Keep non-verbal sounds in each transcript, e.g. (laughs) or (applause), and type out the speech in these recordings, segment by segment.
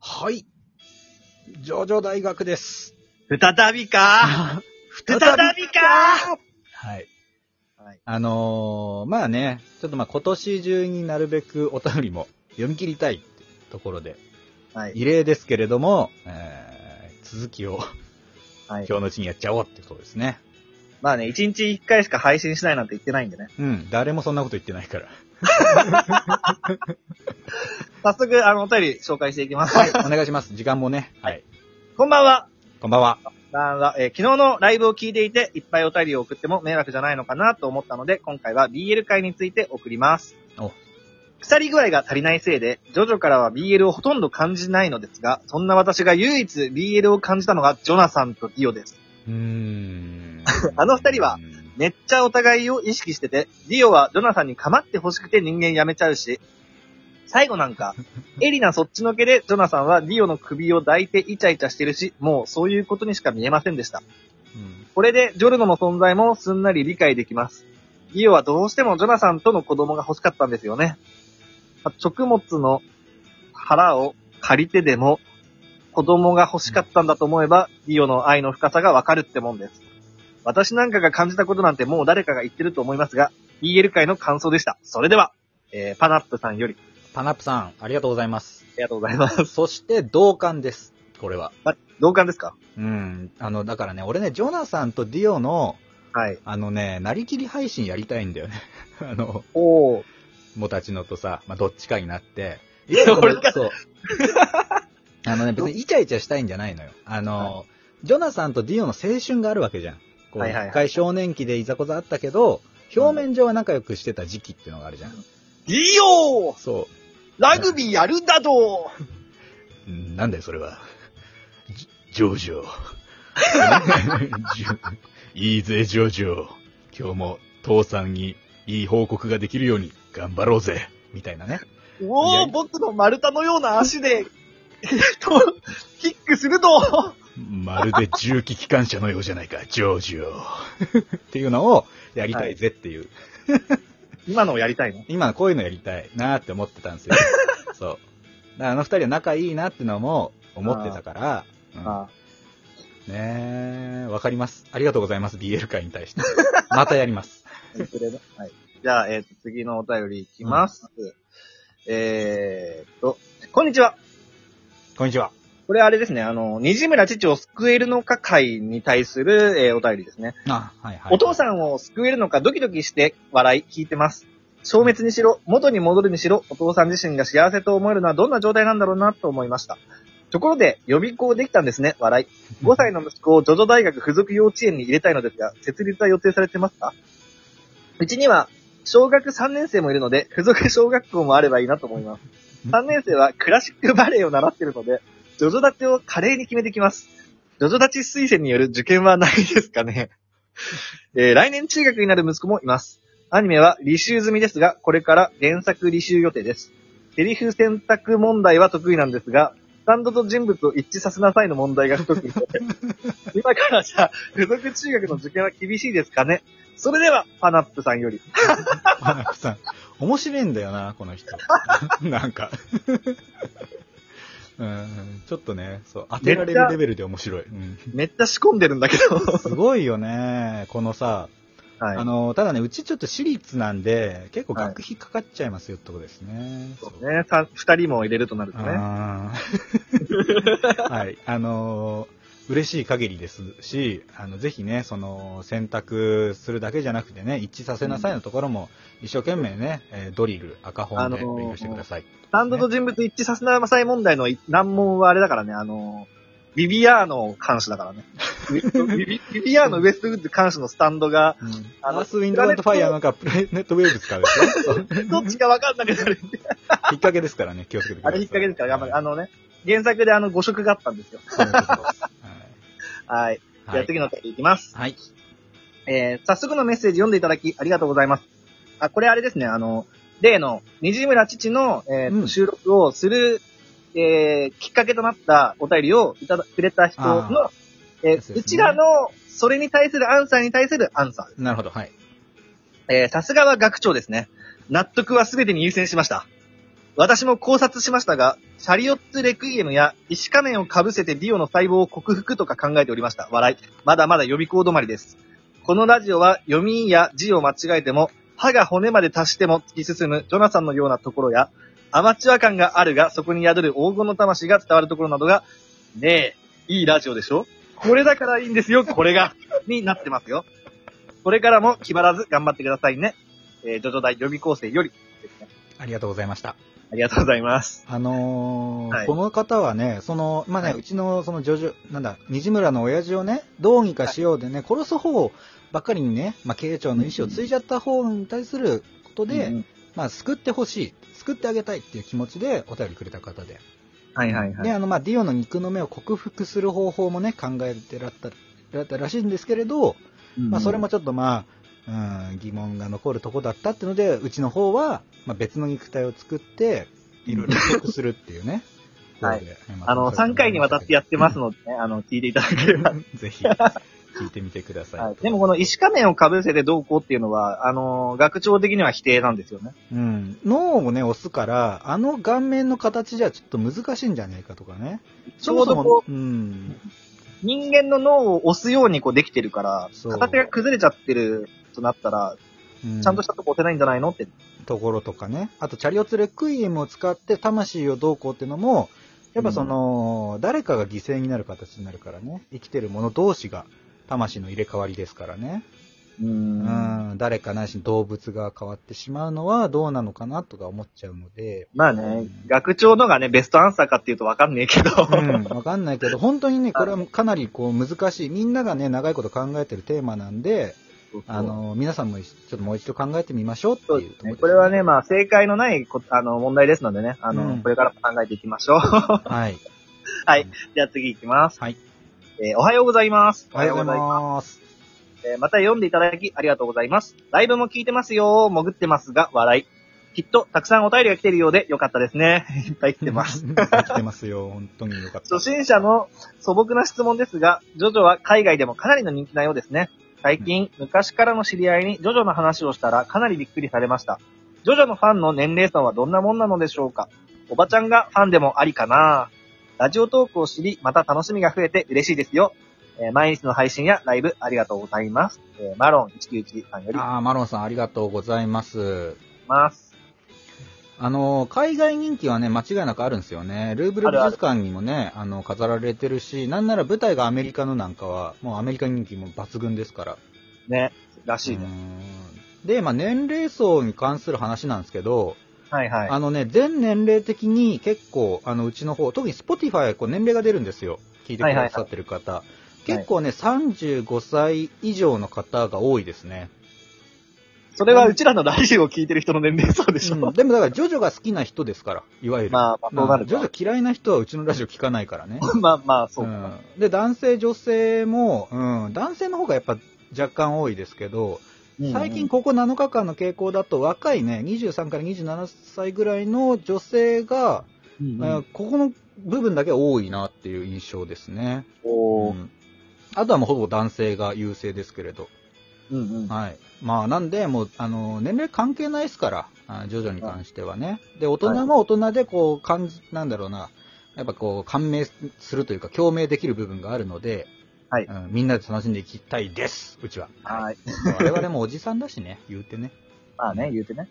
はい。上々大学です。再び (laughs) か再びかはい。はい。あのー、まあね、ちょっとまあ今年中になるべくお便りも読み切りたいってところで、はい。異例ですけれども、えー、続きをはい。今日のうちにやっちゃおうってことですね。まあね、一日一回しか配信しないなんて言ってないんでね。うん、誰もそんなこと言ってないから。早速、あの、お便り紹介していきま (laughs) す。はい、お願いします。時間もね。はい。こんばんは。こんばんは。こんばんは。えー昨日のライブを聞いていて、いっぱいお便りを送っても迷惑じゃないのかなと思ったので、今回は BL 会について送りますお。腐り具合が足りないせいで、ジョジョからは BL をほとんど感じないのですが、そんな私が唯一 BL を感じたのがジョナサンとディオです。うーんあの二人は、めっちゃお互いを意識してて、ディオはジョナサンに構って欲しくて人間やめちゃうし、最後なんか、エリナそっちのけでジョナさんはディオの首を抱いてイチャイチャしてるし、もうそういうことにしか見えませんでした。うんこれでジョルノの存在もすんなり理解できます。ディオはどうしてもジョナさんとの子供が欲しかったんですよね。まあ食物の腹を借りてでも、子供が欲しかったんだと思えば、ディオの愛の深さがわかるってもんです。私なんかが感じたことなんてもう誰かが言ってると思いますが、BL 界の感想でした。それでは、えー、パナップさんより、パナップさん、ありがとうござい (laughs) ます。ありがとうございます。そして、同感です。これは。同感ですかうん。あの、だからね、俺ね、ジョナサンとディオの、はい。あのね、なりきり配信やりたいんだよね。 (laughs) あの、おー。モタチノとさ、まあ、どっちかになって。いや俺がそう。 (laughs) あのね、別にイチャイチャしたいんじゃないのよ。あの、ジョナサンとディオの青春があるわけじゃん。こう、はいはいはい一回少年期でいざこざあったけど、表面上は仲良くしてた時期っていうのがあるじゃん。ディオそラグビーやるんだとう。うんなんだよ、それは。ジョジョ。 (laughs) いいぜ、ジョジョ。今日も父さんにいい報告ができるように頑張ろうぜ。みたいなね。いおやお、僕の丸太のような足 (laughs) で、と、キックすると、まるで重機機関車のようじゃないか、ジョージオ。っていうのをやりたいぜっていう。今のをやりたいの今こういうのやりたいなーって思ってたんですよ。そう。だからあの二人は仲いいなってのも思ってたから、うんあねえ、わかります。ありがとうございます、BL 会に対して。またやります。あ、くれるはい。じゃあ、えっ、と、次のお便りいきます。えーっと、こんにちは。こんにちは。これあれですね、あの、西村父を救えるのか会に対する、えーお便りですね。あ、はいはい。お (laughs) 父さんを救えるのかドキドキして笑い聞いてます。消滅にしろ、元に戻るにしろ、お父さん自身が幸せと思えるのはどんな状態なんだろうなと思いました。ところで、予備校できたんですね、笑い。5歳の息子をジョジョ大学附属幼稚園に入れたいのですが、設立は予定されてますかうちには、小学3年生もいるので、附属小学校もあればいいなと思います。3年生はクラシックバレエを習っているので、ジョジョ立ちを華麗に決めてきます。ジョジョ立ち推薦による受験はないですかねえー来年中学になる息子もいます。アニメは履修済みですが、これから原作履修予定です。セリフ選択問題は得意なんですが、スタンドと人物を一致させなさいの問題が不得意で、今からじゃあ、付属中学の受験は厳しいですかねそれでは、パナップさんより。パナップさん、面白いんだよな、この (laughs) 人。なんか。 (laughs) うん、ちょっとね、そう、当てられるレベルで面白い。うんめっちゃ仕込んでるんだけ (laughs) ど。すごいよね、このさ、はいあ。の、ただね、うちちょっと私立なんで、結構学費かかっちゃいますよってことですね。そうね、さ二人も入れるとなるとね。あは (laughs) ーはい。あのー嬉しい限りですし、あの、ぜひね、その、選択するだけじゃなくてね、一致させなさいのところも、一生懸命ね、えードリル、赤本であのー勉強してください。スタンドと人物一致させなさい (laughs) 問題の難問はあれだからね、あの、ビビアーノ監視だ (laughs) からね。ビビビビアーノウェストウッズ監視のスタンドが、うんあのアースウィンドアンドファイアーなんか、プラネットウェーブ使うでし (laughs) ょそう引っどっちかわかんなくな (laughs) る。掛けですからね、気をつけてくだあされい。引っ掛けですから、やっぱりあの、のね、原作であの誤色があったんですよ。そうそうそうはい。じはゃいあ。次の時いきます。はい。えー、早速のメッセージ読んでいただきありがとうございます。あ、これあれですね、あの、例の、西村父の、えーうん収録をする、えー、きっかけとなったお便りをいただくれた人の、えやつですー、ねうちらの、それに対するアンサーに対するアンサーです。なるほど、はい。えー、さすがは学長ですね。納得は全てに優先しました。私も考察しましたが、シャリオッツ・レクイエムや石仮面を被せてディオの細胞を克服とか考えておりました。笑い。まだまだ予備校止まりです。このラジオは読みや字を間違えても、歯が骨まで達しても突き進むジョナサンのようなところや、アマチュア感があるが、そこに宿る黄金の魂が伝わるところなどが、ねえ、いいラジオでしょこれだからいいんですよ、これが。になってますよ。これからも気張らず頑張ってくださいね。えー、ジョジョ大予備校生よりですね。ありがとうございました。ありがとうございます。あのーはいこの方はね、その、まあね、はいうちの、その、ジョジョ、なんだ、西村の親父をね、どうにかしようでね、殺す方ばっかりにね、まあ、経営長の意思を継いじゃった方に対することで、うんまあ、救ってほしい、救ってあげたいっていう気持ちでお便りくれた方で。はいはいはい。で、あの、まあ、ディオの肉の目を克服する方法もね、考えてらった、らったらしいんですけれど、まあ、それもちょっとまあ、うん、疑問が残るとこだったってので、うちの方は、まあ、別の肉体を作って、いろいろチェックするっていうね。 (laughs) はいところで。あの、3回にわたってやってますののでね、あの、聞いていただけ (laughs) れば。で。ぜひ、聞いてみてください。はい。でもこの石仮面を被せてどうこうっていうのは、あの、学長的には否定なんですよね。うん。脳をね、押すから、あの顔面の形じゃちょっと難しいんじゃないかとかね。ちょうどそもこそもうん。う、人間の脳を押すようにこうできてるからそ、う形が崩れちゃってるとなったら、うんちゃんとしたとこ押せないんじゃないのって。ところとかね。あと、チャリオツレクイエムを使って魂をどうこうってのも、やっぱその、誰かが犠牲になる形になるからね。生きてる者同士が魂の入れ替わりですからね。うー。うんん、誰かないし動物が変わってしまうのはどうなのかなとか思っちゃうの (laughs) で。まあね、学長のがね、ベストアンサーかっていうとわかんねえけど。 (laughs) うん、わかんないけど、本当にね、これはかなりこう難しい。みんながね、長いこと考えてるテーマなんで、あの、皆さんもちょっともう一度考えてみましょうってそういでうとすころね。ですこれはね、まあ、正解のないこあの問題ですのでね、あの、うんこれからも考えていきましょう。 (laughs) ははい。い。じゃあ次行きます。はい。えーおはようございます。おはようございます。えーまた読んでいただきありがとうございます。ライブも聞いてますよ。潜ってますが、笑い。きっと、たくさんお便りが来てるようでよかったですね。 (laughs) いっぱい来てます。。来てますよ。本当によかった。初心者の素朴な質問ですが、ジョジョは海外でもかなりの人気なようですね。最近、昔からの知り合いにジョジョの話をしたらかなりびっくりされました。ジョジョのファンの年齢層はどんなもんなのでしょうかおばちゃんがファンでもありかなラジオトークを知り、また楽しみが増えて嬉しいですよ。えー毎日の配信やライブありがとうございます。えーマロン1913さんよりああ、マロンさんありがとうございます。ます。あの、海外人気はね、間違いなくあるんですよね。ルーブル美術館にもね、あの、飾られてるし、なんなら舞台がアメリカのなんかは、もうアメリカ人気も抜群ですから。ね。らしいうーね。んで、まあ、年齢層に関する話なんですけど、はいはい。あのね、全年齢的に結構、あの、うちの方、特に Spotify、こう、年齢が出るんですよ。聞いてくださってる方。いはい結構ね、35歳以上の方が多いですね。それはうちらのラジオを聞いてる人の年齢層でしょ。うん、でもだから、ジョジョが好きな人ですから、いわゆる。 (laughs) まあ、まあ、そうなるジかョジョ嫌いな人はうちのラジオ聞かないからね。まあまあ、 (laughs) そううか。ん、で、男性、女性も、うん、男性の方がやっぱ若干多いですけど、最近ここ7日間の傾向だと若いね、23から27歳ぐらいの女性が、うんうん、えーここの部分だけ多いなっていう印象ですね。うおーんあとはもうほぼ男性が優勢ですけれど。うんうんはい。まあ、なんで、もう、あの、年齢関係ないですから、あジョジョに関してはね。で、大人も大人で、こう、感じ、なんだろうな、やっぱこう、感銘するというか、共鳴できる部分があるので、はいうんみんなで楽しんでいきたいです、うち (laughs) は。 (laughs) はい。我々もおじさんだしね、言うてね。まあね、言うてね。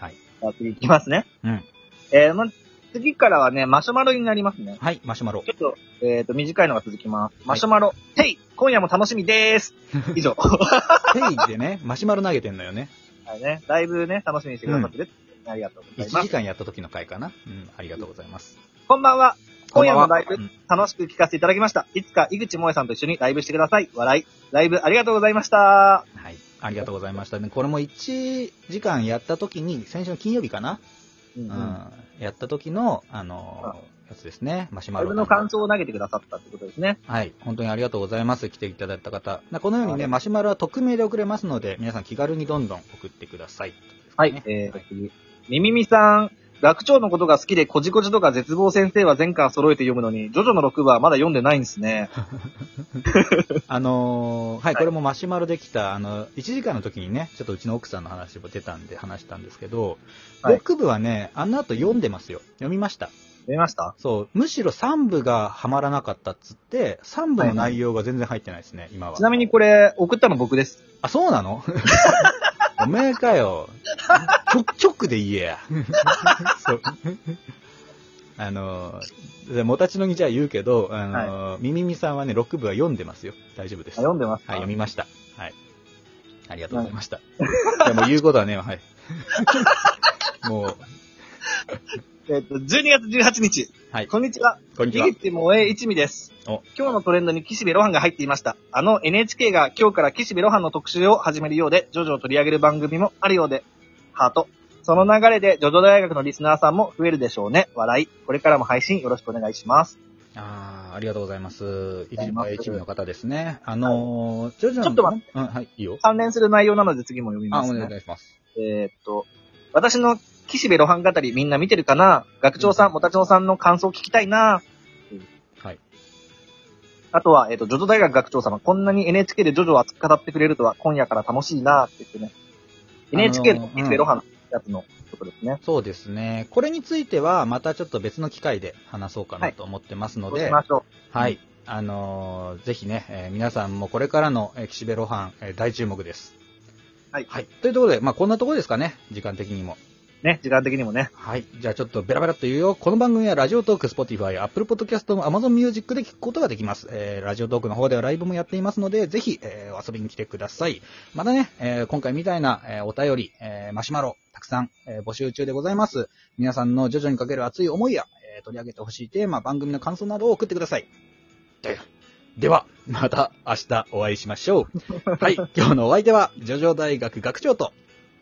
はい。じゃあ次行きますね。うん。えー、ま、次からはね、マシュマロになりますね。はい、マシュマロち。ょっと、えっ、と、短いのが続きます。マシュマロ、ヘイ今夜も楽しみで (laughs) ーす以上。はペイでね、マシュマロ投げてんのよね。いね、だいぶね、楽しみにしてくださってる。ありがとうござい1ま時す。間やった時の回かな。うん、ありがとうございます。こんばんは。今夜のライブこんばんは楽しく聞かせていただきました。いつか井口萌さんと一緒にライブしてください。笑い。ライブありがとうございました。うんはい、ありがとうございました。でこれも1時間やった時に、先週の金曜日かなうんうんうんやった時の、あのーやつですね。マシュマライロ。ブの感想を投げてくださったってことですね。はい。本当にありがとうございます。来ていただいた方。なこのようにあね、れマシュマロは匿名で送れますので、皆さん気軽にどんどん送ってください。はい。ねえーはい次。みみみさん。学長のことが好きで、こじこじとか絶望先生は全巻揃えて読むのに、ジョジョの6話はまだ読んでないんですね。あのーはい、いこれもマシュマロできた、あの、1時間の時にね、ちょっとうちの奥さんの話も出たんで話したんですけど、はい6部はね、あの後読んでますよ。読みました。読みましたそう、むしろ3部がハマらなかったっつって、3部の内容が全然入ってないですね、今は。ちなみにこれ、送ったの僕です。あ、そうなのおめえかよ。ちょ、ちょくで言えや。そう。あのー、でもたちのにじゃあ言うけど、あのー、みみみさんはね、6部は読んでますよ。大丈夫であす。読んでますかはい、読みました。はい。ありがとうございました。でもう言うことはねえわ、はい。もう、えっと、12月18日。はい。こんにちは。こんにちは樋。口萌え一味です。お今日のトレンドに岸辺露伴が入っていました。あの NHK が今日から岸辺露伴の特集を始めるようで、ジョジョを取り上げる番組もあるようで、ハート。その流れで、ジョジョ大学のリスナーさんも増えるでしょうね。笑い。これからも配信よろしくお願いします。あーありがとうございます。一がとうございます一部の方ですね。あのー、ジョジョのちょっと待って。うん、はい、いいよ。関連する内容なので次も読みあ、まおす、ね。願いします。えーっと、私の岸辺露伴語りみんな見てるかな学長さん、もたちのさんの感想聞きたいなはい。あとは、えっ、と、ジョジョ大学学長様、こんなに NHK でジョジョを熱く語ってくれるとは、今夜から楽しいなって言ってあね。のー NHK の三つ目ロハのやつのことですね。そうですね。これについては、またちょっと別の機会で話そうかなと思ってますのそうで、しはまい。しょあのーぜひね、えー皆さんもこれからの、えー岸辺露伴、えー大注目です。はいはい。というところで、まあこんなところですかね、時間的にも。う。ね、時間的にもね。はい。じゃあちょっとベラベラっと言うよ。この番組はラジオトーク、Spotify、Apple Podcast も Amazon Music で聞くことができます。えー、ラジオトークの方ではライブもやっていますので、ぜひ、えー、お遊びに来てください。またね、えー、今回みたいな、えー、お便り、えー、マシュマロ、たくさん、えー、募集中でございます。皆さんの徐々にかける熱い思いや、えー、取り上げてほしいテーマ、番組の感想などを送ってください。ででは、また明日お会いしましょう。はい。今日のお相手は、ジョジョ大学学長と、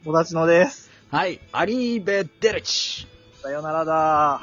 友達のです。はい、アリーベデルチ。さよならだー。